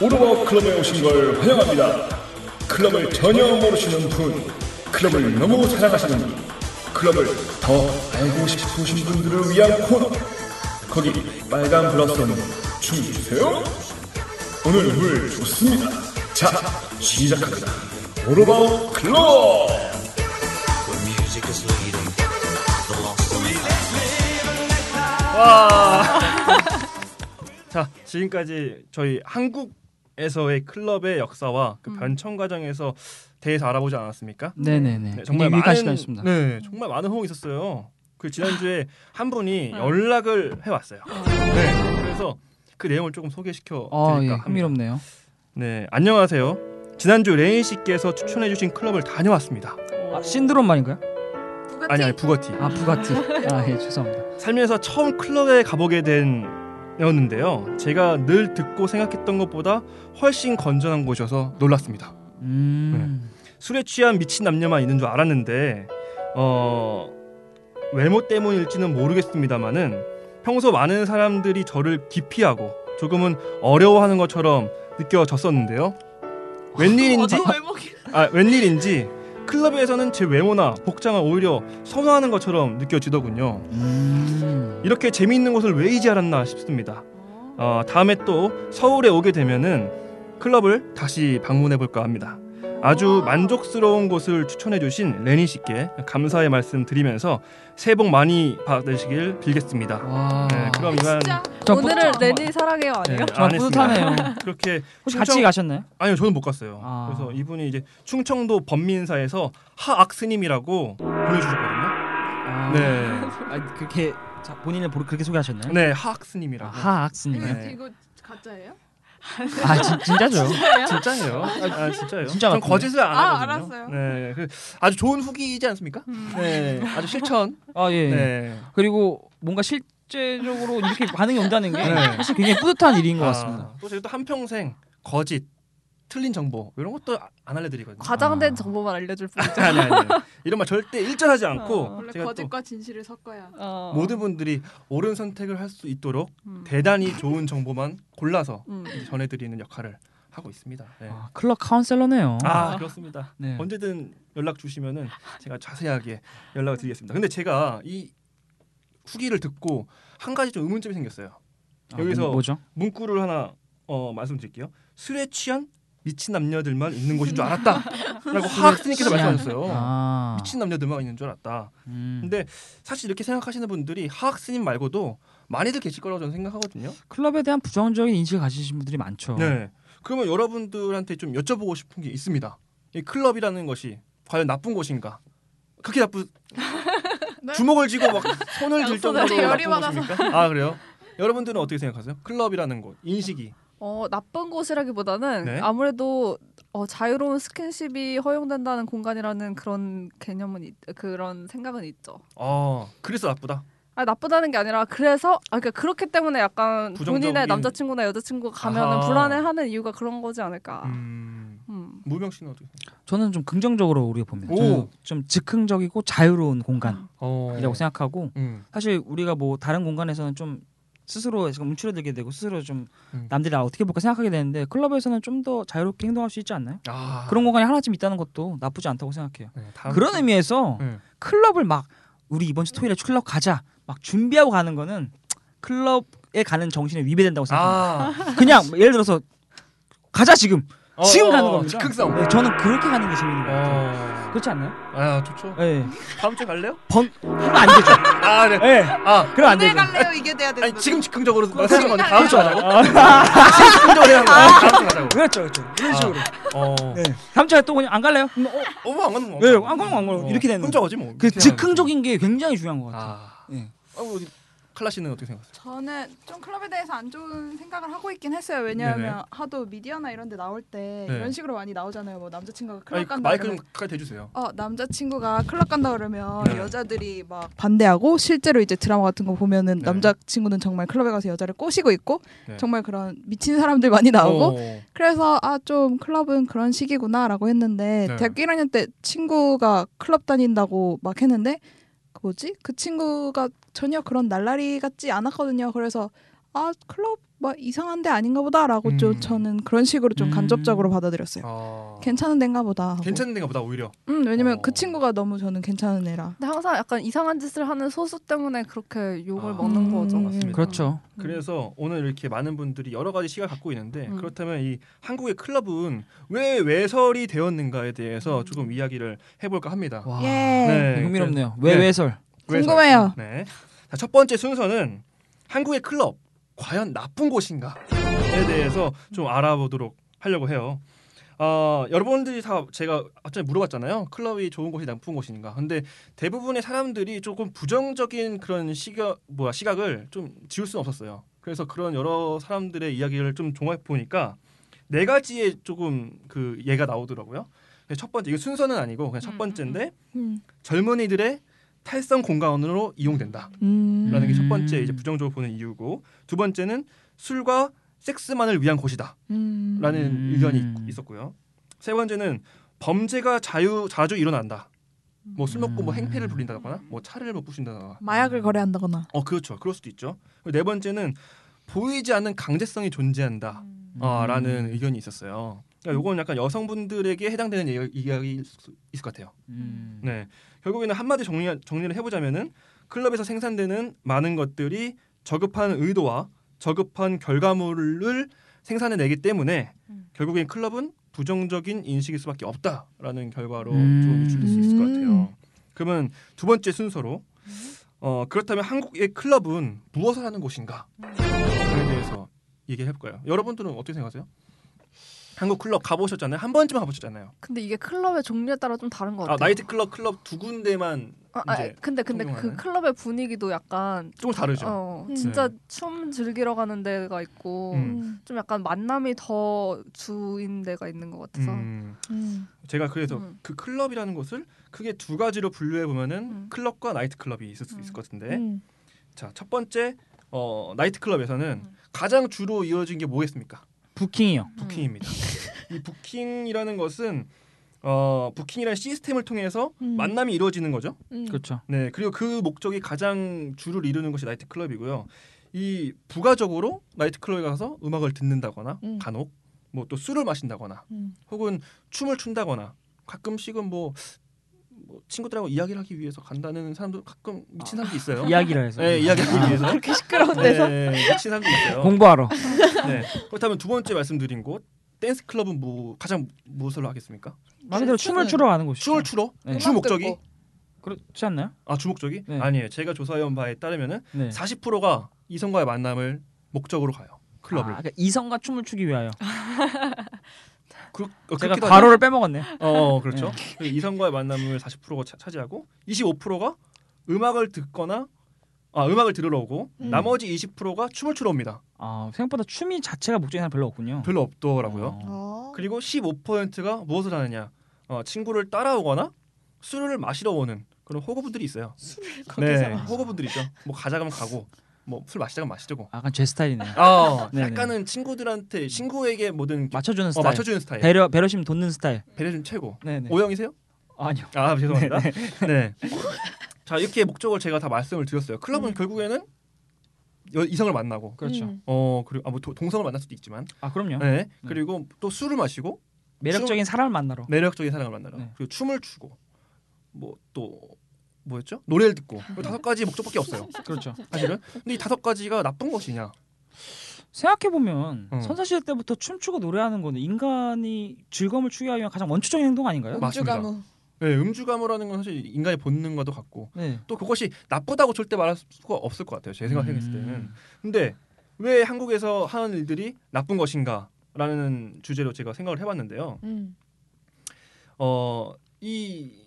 오르막 클럽에 오신 걸 환영합니다. 클럽을 전혀 모르시는 분, 클럽을 너무 사랑하시는 분, 클럽을 더 알고 싶으신 분들을 위한 코너. 거기 빨간 블러썸 춤추세요. 오늘 물 좋습니다. 자, 시작합니다. 오르막 클럽! 자, 지금까지 저희 한국에서의 클럽의 역사와 그 변천 과정에서 대해서 알아보지 않았습니까? 네네네. 네, 정말 유익한 많은 시간이었습니다. 네, 정말 많은 호응이 있었어요. 그 지난주에 한 분이 연락을 해 왔어요. 네. 그래서 그 내용을 조금 소개시켜 아, 예, 드릴까 합니다. 흥미롭네요. 네, 안녕하세요. 지난주 레인 씨께서 추천해 주신 클럽을 다녀왔습니다. 아, 신드롬 말인가요? 부가티 아니, 아니, 부가티. 아, 부가티. 아, 예, 죄송합니다. 살면서 처음 클럽에 가보게 된였는데요. 제가 늘 듣고 생각했던 것보다 훨씬 건전한 곳이어서 놀랐습니다. 음. 술에 취한 미친 남녀만 있는 줄 알았는데 어 외모 때문일지는 모르겠습니다만은 평소 많은 사람들이 저를 기피하고 조금은 어려워하는 것처럼 느껴졌었는데요. 웬일인지 아 웬일인지 클럽에서는 제 외모나 복장을 오히려 선호하는 것처럼 느껴지더군요. 음. 이렇게 재미있는 곳을 왜 이제 알았나 싶습니다. 어, 다음에 또 서울에 오게 되면은 클럽을 다시 방문해 볼까 합니다. 아주 만족스러운 곳을 추천해 주신 레니 씨께 감사의 말씀 드리면서 새해 복 많이 받으시길 빌겠습니다. 와. 네, 그럼 이만 진짜 저 오늘은 뿌듯한 레니 사랑해요 네, 아니에요? 정말 했습니다. 뿌듯하네요. 그렇게 혹시 충청- 같이 가셨나요? 아니요 저는 못 갔어요. 아. 그래서 이분이 이제 충청도 범민사에서 하악스님이라고 보내주셨거든요. 아, 네, 아, 그렇게 자, 본인을 보러 그렇게 소개하셨나요? 네 아, 하악스님이라고. 하악스님. 네. 이거 가짜예요? 아, 진, 진짜죠. 진짜예요. 아 진짜예요. 진짜 전 같은데? 거짓을 안 아, 하거든요. 알았어요. 음. 네, 그 아주 좋은 후기이지 않습니까? 네, 아주 실천. 아, 예. 네. 그리고 뭔가 실제적으로 이렇게 반응이 온다는 게 네. 사실 굉장히 뿌듯한 일인 것 아, 같습니다. 또 제가 또 한평생 거짓, 틀린 정보 이런 것도 아- 안 알려드리거든요. 과장된 정보만 알려줄 뿐이죠. 아니 아니 아니. 이런 말 절대 일절하지 않고 어, 원래 어, 제가 거짓과 진실을 섞어야. 또 어. 모든 분들이 옳은 선택을 할 수 있도록 음. 대단히 좋은 정보만 골라서 음. 전해드리는 역할을 하고 있습니다. 네. 아, 클럽 카운셀러네요. 아 그렇습니다. 네. 언제든 연락 주시면은 제가 자세하게 연락을 드리겠습니다. 근데 제가 이 후기를 듣고 한 가지 좀 의문점이 생겼어요. 아, 여기서 뭐- 뭐죠? 문구를 하나 어, 말씀드릴게요. 술에 취한 미친 남녀들만 있는 곳인 줄 알았다라고 하학스님께서 취한. 말씀하셨어요. 아. 미친 남녀들만 있는 줄 알았다. 음. 근데 사실 이렇게 생각하시는 분들이 하학스님 말고도 많이들 계실 거라고 저는 생각하거든요. 클럽에 대한 부정적인 인식을 가지신 분들이 많죠. 네. 그러면 여러분들한테 좀 여쭤보고 싶은 게 있습니다. 이 클럽이라는 것이 과연 나쁜 곳인가? 그렇게 나쁜 네? 주먹을 쥐고 막 손을 들 정도로 양손한테 열이 나쁜 받아서. 곳입니까? 아 그래요? 여러분들은 어떻게 생각하세요? 클럽이라는 곳 인식이 어, 나쁜 곳이라기보다는 네. 아무래도 어, 자유로운 스킨십이 허용된다는 공간이라는 그런 개념은 있, 그런 생각은 있죠. 아 그래서 나쁘다. 아 나쁘다는 게 아니라 그래서 아, 그러니까 그렇기 때문에 약간 부정적인- 본인의 남자친구나 여자친구 가면은 아하. 불안해하는 이유가 그런 거지 않을까. 음. 음, 무명 씨는 어떻게? 생각해요? 저는 좀 긍정적으로 우리가 봅니다. 오. 저는 좀 즉흥적이고 자유로운 공간이라고 어. 생각하고 음. 사실 우리가 뭐 다른 공간에서는 좀 스스로 지금 움츠러들게 되고 스스로 좀 음. 남들이 나 어떻게 볼까 생각하게 되는데 클럽에서는 좀 더 자유롭게 행동할 수 있지 않나요? 아 그런 공간이 하나쯤 있다는 것도 나쁘지 않다고 생각해요. 네, 다음 음. 그런 주- 의미에서 네. 클럽을 막 우리 이번 주 토요일에 클럽 가자 막 준비하고 가는 거는 클럽에 가는 정신에 위배된다고 생각합니다. 아 그냥 뭐 예를 들어서 가자 지금 어, 지금 어, 가는 어, 겁니다. 즉흥성. 네, 저는 그렇게 가는 게 재밌는 것 같아요. 어. 그렇지 않나요? 아 좋죠. 예. 다음 주에 갈래요? 하면 안 되죠. 아 네. 예. 아 그럼 안 오늘 되죠. 갈래요 이게 돼야 되는 아니 거죠. 지금 즉흥적으로 말씀하신 건데 다음 주에 하자고. 아, 즉흥적으로 해야 하는 거야. 다음 주에 하자고. 그렇죠, 그렇죠. 이런 아. 식으로. 어. 네. 다음 주에 또 그냥 안 갈래요? 그럼 어, 어머 안 가는 거. 네, 안 가는 거, 안 가는 거. 이렇게 되는 어. 혼자 가지 뭐. 그 이렇게 하는 거지. 즉흥적인 게 굉장히 중요한 것 같아요. 아. 예. 아 어디 칼라 씨는 어떻게 생각하세요? 저는 좀 클럽에 대해서 안 좋은 생각을 하고 있긴 했어요. 왜냐하면 네네. 하도 미디어나 이런 데 나올 때 네. 이런 식으로 많이 나오잖아요. 뭐 남자친구가 클럽 아니, 간다 마이크 좀 그러면 가까이 대주세요. 어, 남자친구가 클럽 간다 그러면 네. 여자들이 막 반대하고 실제로 이제 드라마 같은 거 보면은 네. 남자친구는 정말 클럽에 가서 여자를 꼬시고 있고 네. 정말 그런 미친 사람들 많이 나오고 네. 어, 그래서 아 좀 클럽은 그런 식이구나라고 했는데 네. 대학교 1학년 때 친구가 클럽 다닌다고 막 했는데 그 뭐지 그 친구가 전혀 그런 날라리 같지 않았거든요. 그래서 아 클럽 막 이상한데 아닌가 보다라고 음. 좀 저는 그런 식으로 좀 음. 간접적으로 받아들였어요. 아, 괜찮은 데인가 보다. 하고. 괜찮은 데가 보다 오히려. 음 왜냐면 어. 그 친구가 너무 저는 괜찮은 애라. 근데 항상 약간 이상한 짓을 하는 소수 때문에 그렇게 욕을 아, 먹는 거죠. 맞습니다. 그렇죠. 그래서 오늘 이렇게 많은 분들이 여러 가지 시각을 갖고 있는데 음. 그렇다면 이 한국의 클럽은 왜 외설이 되었는가에 음. 대해서 조금 이야기를 해볼까 합니다. 와, 예. 네, 흥미롭네요. 그래- 왜 네. 외설? 외설. 궁금해요. 네. 자, 첫 번째 순서는 한국의 클럽 과연 나쁜 곳인가에 대해서 좀 알아보도록 하려고 해요. 어, 여러분들이 다 제가 앞전에 물어봤잖아요. 클럽이 좋은 곳이 나쁜 곳인가. 근데 대부분의 사람들이 조금 부정적인 그런 시각 뭐야 시각을 좀 지울 수는 없었어요. 그래서 그런 여러 사람들의 이야기를 좀 종합해 보니까 네 가지의 조금 그 예가 나오더라고요. 그래서 첫 번째 이거 순서는 아니고 그냥 첫 음, 번째인데 음. 젊은이들의 탈선 공간으로 이용된다라는 음. 게 첫 음. 번째 이제 부정적으로 보는 이유고 두 번째는 술과 섹스만을 위한 곳이다라는 음. 음. 의견이 있- 있었고요 세 번째는 범죄가 자유 자주 일어난다 뭐 술 먹고 뭐 음. 행패를 부린다거나 뭐 차를 못 부신다거나 마약을 거래한다거나. 어 그렇죠 그럴 수도 있죠 그리고 네 번째는 보이지 않는 강제성이 존재한다 아, 음. 라는 의견이 있었어요 그러니까 요건 약간 여성분들에게 해당되는 이야- 이야기일 수 있을 것 같아요. 음. 네. 결국에는 한마디 정리, 정리를 해보자면은 클럽에서 생산되는 많은 것들이 저급한 의도와 저급한 결과물을 생산해내기 때문에 음. 결국엔 클럽은 부정적인 인식일 수밖에 없다라는 결과로 음. 좀 유출될 수 있을 것 음. 같아요. 그러면 두 번째 순서로 음. 어, 그렇다면 한국의 클럽은 무엇을 하는 곳인가에 음. 대해서 얘기해 볼까요? 여러분들은 어떻게 생각하세요? 한국 클럽 가보셨잖아요. 한 번쯤 가보셨잖아요. 근데 이게 클럽의 종류에 따라 좀 다른 것 아, 같아요. 나이트 클럽 클럽 두 군데만 아, 아, 이제 근데 근데 통용하는? 그 클럽의 분위기도 약간 조금 다르죠. 어, 음. 진짜 네. 춤 즐기러 가는 데가 있고 음. 좀 약간 만남이 더 주인 데가 있는 것 같아서 음. 음. 제가 그래서 음. 그 클럽이라는 것을 크게 두 가지로 분류해 보면은 음. 클럽과 나이트 클럽이 있을 수 음. 있을 것 같은데 음. 자 첫 번째 어, 나이트 클럽에서는 음. 가장 주로 이어진 게 뭐겠습니까? 부킹이요. 부킹입니다. 이 부킹이라는 것은 어, 부킹이라는 시스템을 통해서 음. 만남이 이루어지는 거죠. 음. 그렇죠. 네 그리고 그 목적이 가장 주를 이루는 것이 나이트 클럽이고요. 이 부가적으로 나이트 클럽에 가서 음악을 듣는다거나 음. 간혹 뭐 또 술을 마신다거나 음. 혹은 춤을 춘다거나 가끔씩은 뭐, 뭐 친구들하고 이야기를 하기 위해서 간다는 사람도 가끔 미친 사람도 있어요. 이야기를 해서. 아, 네, 이야기하기 위해서 아. 그렇게 시끄러운 데서. 네, 미친 사람도 있어요. 공부하러. 네. 그렇다면 두 번째 말씀드린 곳 댄스 클럽은 뭐 가장 무엇을 하겠습니까? 말 그대로 춤을 추러 가는 곳이죠. 춤을 추러? 네. 주 목적이? 듣고. 그렇지 않나요? 아, 주 목적이? 네. 아니에요. 제가 조사해온 바에 따르면은 네. 40%가 이성과의 만남을 목적으로 가요. 클럽을. 아, 그러니까 이성과 춤을 추기 위하여. 그, 어, 제가 그렇기도 과로를 빼먹었네요. 하죠. 어, 그렇죠. 그 이성과의 만남을 40%가 차, 차지하고 25%가 음악을 듣거나 아, 음악을 들으러 오고 음. 나머지 20%가 춤을 추러 옵니다. 아, 생각보다 춤이 자체가 목적인 사람 별로 없군요. 별로 없더라고요. 어. 어. 그리고 15%가 무엇을 하느냐? 어, 친구를 따라오거나 술을 마시러 오는 그런 호구분들이 있어요. 거기서 네, 호구분들이죠. 뭐 가자면 가고, 뭐 술 마시자면 마시고. 약간 제 스타일이네요. 아, 네네. 약간은 친구들한테 친구에게 뭐든 맞춰주는 어, 스타일. 네. 맞춰주는 스타일. 배려 배려심 돋는 스타일. 배려준 최고. 네네. 오영이세요? 아니요. 아 죄송합니다. 네. 자 이렇게 목적을 제가 다 말씀을 드렸어요. 클럽은 결국에는 여- 이성을 만나고, 그렇죠. 음. 어 그리고 아뭐 동성을 만날 수도 있지만, 아 그럼요. 네. 그리고 또 술을 마시고 매력적인 사람을 만나러. 매력적인 사람을 만나라. 네. 그리고 춤을 추고 뭐 또 뭐였죠? 노래를 듣고 그 다섯 가지 목적밖에 없어요. 그렇죠. 사실은. 근데 이 다섯 가지가 나쁜 것이냐? 생각해 보면 음. 선사시대 때부터 춤추고 노래하는 거는 인간이 즐거움을 추구하기 위한 가장 원초적인 행동 아닌가요? 마- 맞습니다. 음주가무. 네, 음주감이라는 건 사실 인간의 본능과도 같고 네. 또 그것이 나쁘다고 절대 말할 수가 없을 것 같아요. 제 생각했을 때는. 근데 왜 한국에서 하는 일들이 나쁜 것인가? 라는 주제로 제가 생각을 해봤는데요. 음. 어, 이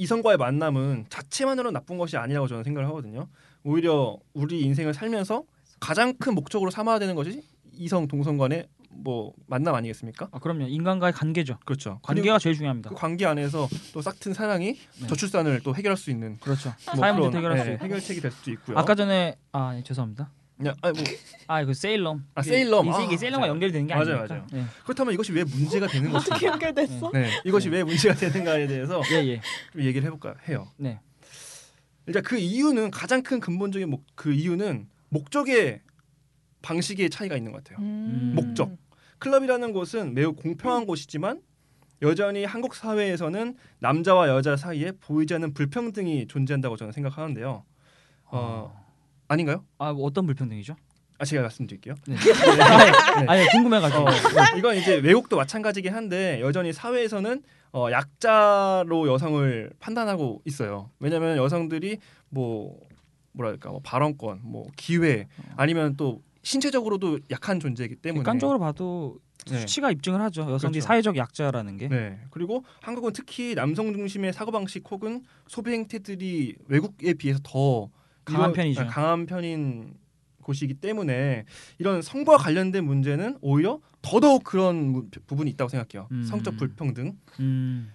이성과의 만남은 자체만으로 나쁜 것이 아니라고 저는 생각을 하거든요. 오히려 우리 인생을 살면서 가장 큰 목적으로 삼아야 되는 것이 이성 동성 간의 뭐 만남 아니겠습니까? 아, 그럼요. 인간과의 관계죠. 그렇죠. 그리고 관계가 제일 중요합니다. 그 관계 안에서 또 싹튼 사랑이 네. 저출산을 또 해결할 수 있는 그렇죠. 뭐 사회 문제 그런, 해결할 예, 수 있고. 해결책이 될 수도 있고요. 아까 전에 아 예, 죄송합니다. 네, 아니, 뭐 아 이거 세일럼. 아, 세일럼. 이게, 아, 이게 세일럼과 맞아요. 연결되는 게 맞아요, 아니니까. 맞아요. 예. 그렇다면 이것이 왜 문제가 되는 것인가? 연결됐어? 네, 이것이 네. 왜 문제가 되는가에 대해서 예, 예. 좀 얘기를 해볼까 해요. 네. 일단 그 이유는 가장 큰 근본적인 목, 그 이유는 목적의 방식의 차이가 있는 것 같아요. 음. 목적. 클럽이라는 곳은 매우 공평한 곳이지만 여전히 한국 사회에서는 남자와 여자 사이에 보이지 않는 불평등이 존재한다고 저는 생각하는데요. 어, 아닌가요? 아, 뭐 어떤 불평등이죠? 아 제가 말씀드릴게요. 네. 네. 아, 예, 궁금해 가지고. 어, 이건 이제 외국도 마찬가지긴 한데 여전히 사회에서는 어, 약자로 여성을 판단하고 있어요. 왜냐하면 여성들이 뭐 뭐랄까 뭐 발언권, 뭐 기회 아니면 또 신체적으로도 약한 존재이기 때문에 어. 객관적으로 봐도 네. 수치가 입증을 하죠. 여성들이 그렇죠. 사회적 약자라는 게. 네. 그리고 한국은 특히 남성 중심의 사고방식 혹은 소비 행태들이 외국에 비해서 더 강한 이런- 편이죠. 아, 강한 편인 곳이기 때문에 이런 성과 관련된 문제는 오히려 더더욱 그런 무- 부분이 있다고 생각해요. 음. 성적 불평등. 음.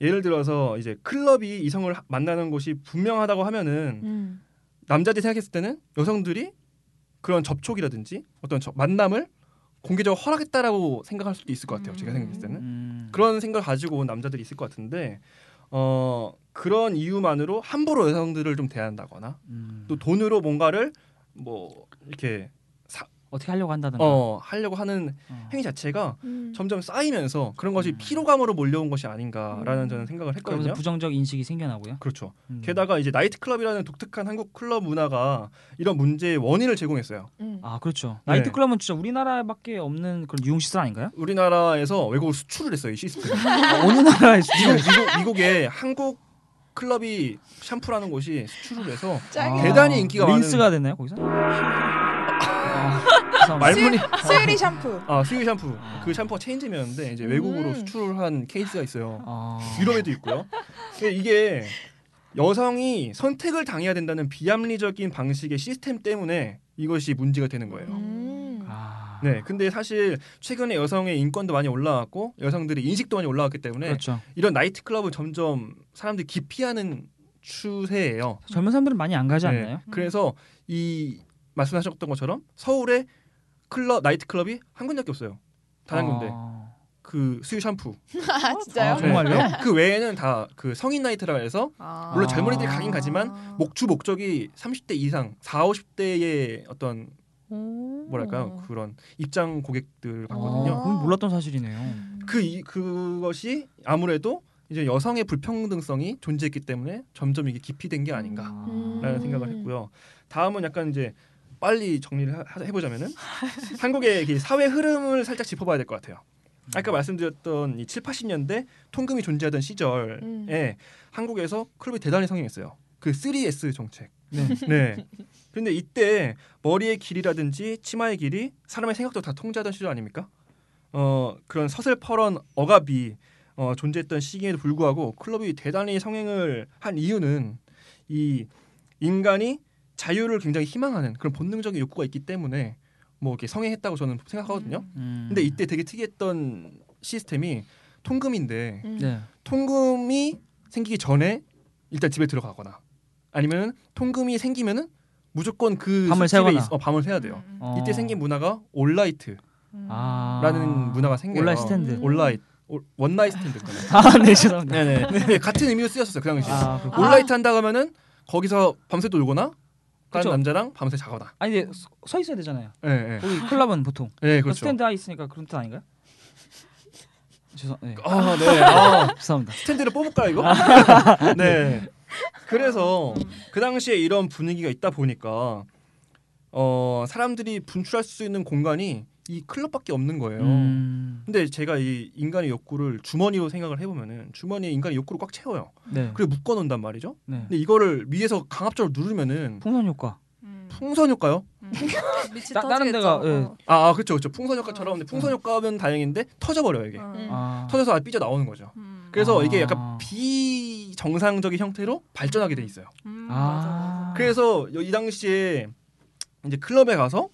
예를 들어서 이제 클럽이 이성을 하- 만나는 곳이 분명하다고 하면은 음. 남자들이 생각했을 때는 여성들이 그런 접촉이라든지 어떤 저- 만남을 공개적으로 허락했다라고 생각할 수도 있을 것 같아요. 제가 생각했을 때는. 음. 그런 생각을 가지고 온 남자들이 있을 것 같은데 어 그런 이유만으로 함부로 여성들을 좀 대한다거나 음. 또 돈으로 뭔가를 뭐 이렇게 어떻게 하려고 한다든가. 어 하려고 하는 어. 행위 자체가 음. 점점 쌓이면서 그런 음. 것이 피로감으로 몰려온 것이 아닌가라는 음. 저는 생각을 했거든요. 그러면서 부정적 인식이 생겨나고요. 그렇죠. 음. 게다가 이제 나이트 클럽이라는 독특한 한국 클럽 문화가 이런 문제의 원인을 제공했어요. 음. 아 그렇죠. 네. 나이트 클럽은 진짜 우리나라밖에 없는 그런 유흥 시설 아닌가요? 우리나라에서 외국으로 수출을 했어요 이 시스템. 아, 어느 나라에 미국, 미국 미국에 한국 클럽이 샴푸라는 곳이 수출을 해서 짱이다. 대단히 인기가 많은- 아. 어. 린스가 되나요 거기서? 아, 죄송합니다. 말문이 어. 수유리 샴푸. 아 수유 샴푸 그 샴푸가 체인지면인데 이제 외국으로 음. 수출한 케이스가 있어요 아, 유럽에도 있고요 근데 이게 여성이 선택을 당해야 된다는 비합리적인 방식의 시스템 때문에 이것이 문제가 되는 거예요 음. 아, 네 근데 사실 최근에 여성의 인권도 많이 올라왔고 여성들의 인식도 많이 올라왔기 때문에 그렇죠. 이런 나이트클럽은 점점 사람들이 기피하는 추세예요 젊은 사람들은 많이 안 가지 네. 않나요? 그래서 이 말씀하셨던 것처럼 서울에 클럽 나이트 클럽이 한 군데밖에 없어요. 단 한 군데. 아, 그 수유 샴푸. 아 진짜요? 아, 정말요? 네. 그 외에는 다 그 성인 나이트라 해서 아. 물론 아. 젊은이들이 가긴 가지만 목주 목적이 30대 이상, 4, 50대의 어떤 오. 뭐랄까요? 어. 그런 입장 고객들을 봤거든요. 아, 그건 몰랐던 사실이네요. 그 이, 그것이 아무래도 이제 여성의 불평등성이 존재했기 때문에 점점 이게 기피된 게 아닌가. 음. 라는 생각을 했고요. 다음은 약간 이제 빨리 정리를 하- 해보자면은 한국의 그 사회 흐름을 살짝 짚어봐야 될 것 같아요. 음. 아까 말씀드렸던 이 7, 80년대 통금이 존재하던 시절에 음. 예, 한국에서 클럽이 대단히 성행했어요. 그 3S 정책. 네. 네. 근데 이때 머리의 길이라든지 치마의 길이 사람의 생각도 다 통제하던 시절 아닙니까? 어 그런 서슬퍼런 억압이 어, 존재했던 시기에도 불구하고 클럽이 대단히 성행을 한 이유는 이 인간이 자유를 굉장히 희망하는 그런 본능적인 욕구가 있기 때문에 뭐 이렇게 성행했다고 저는 생각하거든요. 음. 근데 이때 되게 특이했던 시스템이 통금인데 음. 네. 통금이 생기기 전에 일단 집에 들어가거나 아니면 통금이 생기면은 무조건 그 밤을 술집에 새거나. 있- 어, 밤을 새야 돼요. 어. 이때 생긴 뭐 문화가 올라이트라는 아. 문화가 생겨요. 온라인 스탠드. 음. 온라인 올- 원나잇 스탠드. 아, 네, 죄송합니다. 네네. 같은 의미로 쓰였었어요 그 당시에. 아, 그렇구나. 온라이트 한다 하면은 거기서 밤새 놀거나 다른 그쵸. 남자랑 밤새 자거나. 아니, 근데 서- 서 있어야 되잖아요. 예, 예. 거기 클럽은 보통. 예, 그러니까 그렇죠. 스탠드 하에 있으니까 그런 뜻 아닌가요? 죄송, 네. 어, 아, 네. 아, 죄송합니다. 스탠드를 뽑을까 이거? 네. 그래서 그 당시에 이런 분위기가 있다 보니까 어, 사람들이 분출할 수 있는 공간이 이 클럽밖에 없는 거예요. 음, 근데 제가 이 인간의 욕구를 주머니로 생각을 해보면은 주머니에 인간의 욕구를 꽉 채워요. 네. 그리고 묶어놓는단 말이죠. 네. 근데 이거를 위에서 강압적으로 누르면은 풍선 효과. 음. 풍선 효과요? 음. 미치 다- 다른 터지겠죠. 데가, 어. 예. 아, 아, 그렇죠, 그렇죠. 풍선 효과처럼 근데 풍선 효과면 다행인데 터져버려요 이게. 어. 음. 아. 터져서 삐져 나오는 거죠. 음. 그래서 아. 이게 약간 비 정상적인 형태로 발전하게 돼 있어요. 음, 아. 맞아, 맞아. 그래서 요- 이 당시에 이제 클럽에 가서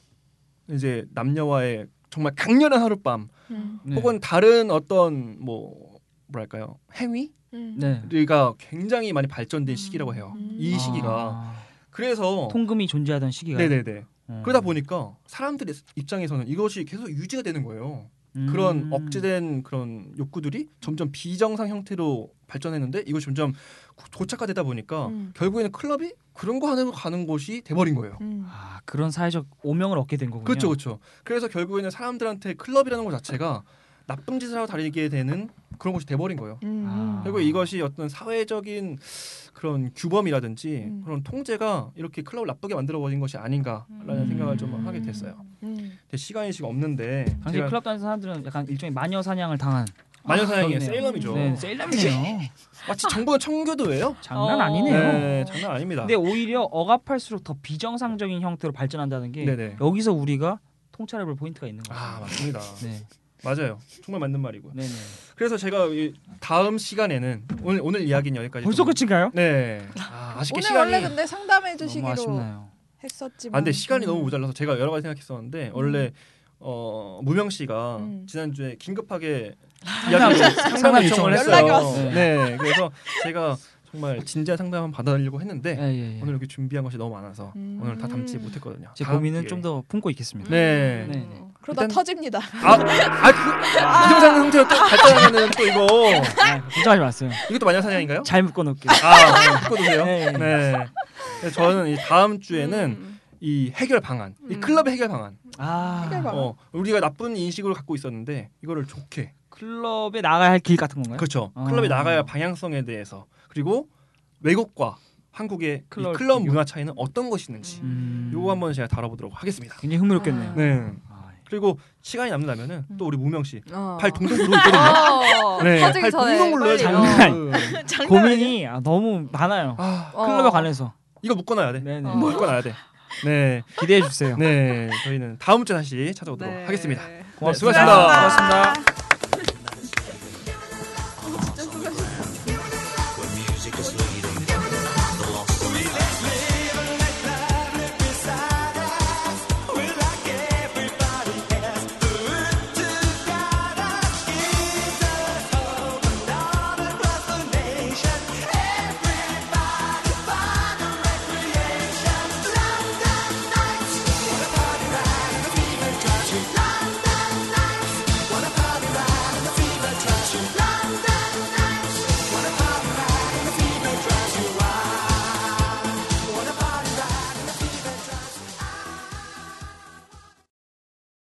이제 남녀와의 정말 강렬한 하룻밤 음. 네. 혹은 다른 어떤 뭐 뭐랄까요 행위? 음. 네. 우리가 굉장히 많이 발전된 시기라고 해요. 음. 이 시기가 아, 그래서 통금이 존재하던 시기가 네네네 음. 그러다 보니까 사람들의 입장에서는 이것이 계속 유지가 되는 거예요. 음. 그런 억제된 그런 욕구들이 점점 비정상 형태로 발전했는데 이거 점점 고- 고착화되다 보니까 음. 결국에는 클럽이 그런 거 하는 가는 곳이 돼버린 거예요. 음. 아 그런 사회적 오명을 얻게 된 거군요. 그렇죠, 그렇죠. 그래서 결국에는 사람들한테 클럽이라는 것 자체가 나쁜 짓을 하고 다니게 되는 그런 곳이 돼버린 거예요. 음. 아. 그리고 이것이 어떤 사회적인 그런 규범이라든지 음. 그런 통제가 이렇게 클럽을 나쁘게 만들어버린 것이 아닌가라는 음. 생각을 좀 하게 됐어요. 음. 근데 시간이 지금 없는데 당시 제가 클럽 다니는 사람들은 약간 일종의 마녀 사냥을 당한 마녀사냥의 그러네요. 세일럼이죠. 네, 세일남이네요. 마치 정부는 청교도예요. 장난 어. 아니네요. 네, 장난 아닙니다. 근데 오히려 억압할수록 더 비정상적인 형태로 발전한다는 게 네네. 여기서 우리가 통찰해볼 포인트가 있는 거죠. 아 맞습니다. 네, 맞아요. 정말 맞는 말이고요. 네네. 그래서 제가 이 다음 시간에는 오늘 오늘 이야기는 여기까지. 벌써 좀- 끝인가요? 네. 아, 아쉽게 오늘 시간이. 원래 근데 상담해 너무 주시기로 아쉽나요. 했었지만 아, 근데 시간이 음. 너무 모자라서 제가 여러 가지 생각했었는데 원래 어, 무명 씨가 음. 지난주에 긴급하게 이야기를 상담 요청을 상담 요청을 했어요. 연락이 왔어요. 네. 그래서 제가 정말 진지한 상담을 받아내려고 했는데 예, 예, 예. 네. 오늘 이렇게 준비한 것이 너무 많아서 네. 음. 오늘 다 담지 못했거든요. 제 다음 고민은 기회에. 좀 더 품고 있겠습니다. 네. 네, 네. 그러다 일단- 터집니다. 아, 아, 그, 이정상 상태로 또 발전하면은 또 이거 아, 걱정하지 마세요. 이것도 마녀 사냥인가요? 잘 묶어놓을게요. 아, 바꿔 두세요. 네. 네. 그래서 저는 이 다음 주에는 음. 이 해결 방안, 이 음. 클럽의 해결 방안. 아, 해결방. 어, 우리가 나쁜 인식으로 갖고 있었는데 이거를 좋게. 클럽에 나가야 할 길 같은 네? 건가요? 그렇죠. 아. 어. 클럽에 나가야 할 방향성에 대해서 그리고 외국과 한국의 이 클럽 클럽, 비교. 문화 차이는 어떤 것이 있는지 음. 요거 한번 제가 다뤄보도록 하겠습니다. 굉장히 흥미롭겠네요. 아. 네. 아, 예. 그리고 시간이 남는다면은 또 우리 무명 씨 팔 음. 어. 동동 굴러 있거든요. 어, 네, 터지기 팔 전에 동동 굴러요. 빨리. 장난 아니- 음. 고민이 아, 너무 많아요. 아, 어. 클럽에 관해서 이거 묶어놔야 돼. 네네. 어. 묶어놔야 돼. 네, 기대해 주세요. 네, 저희는 다음 주에 다시 찾아오도록 네. 하겠습니다. 고맙습니다. 수고하셨습니다. 고맙습니다.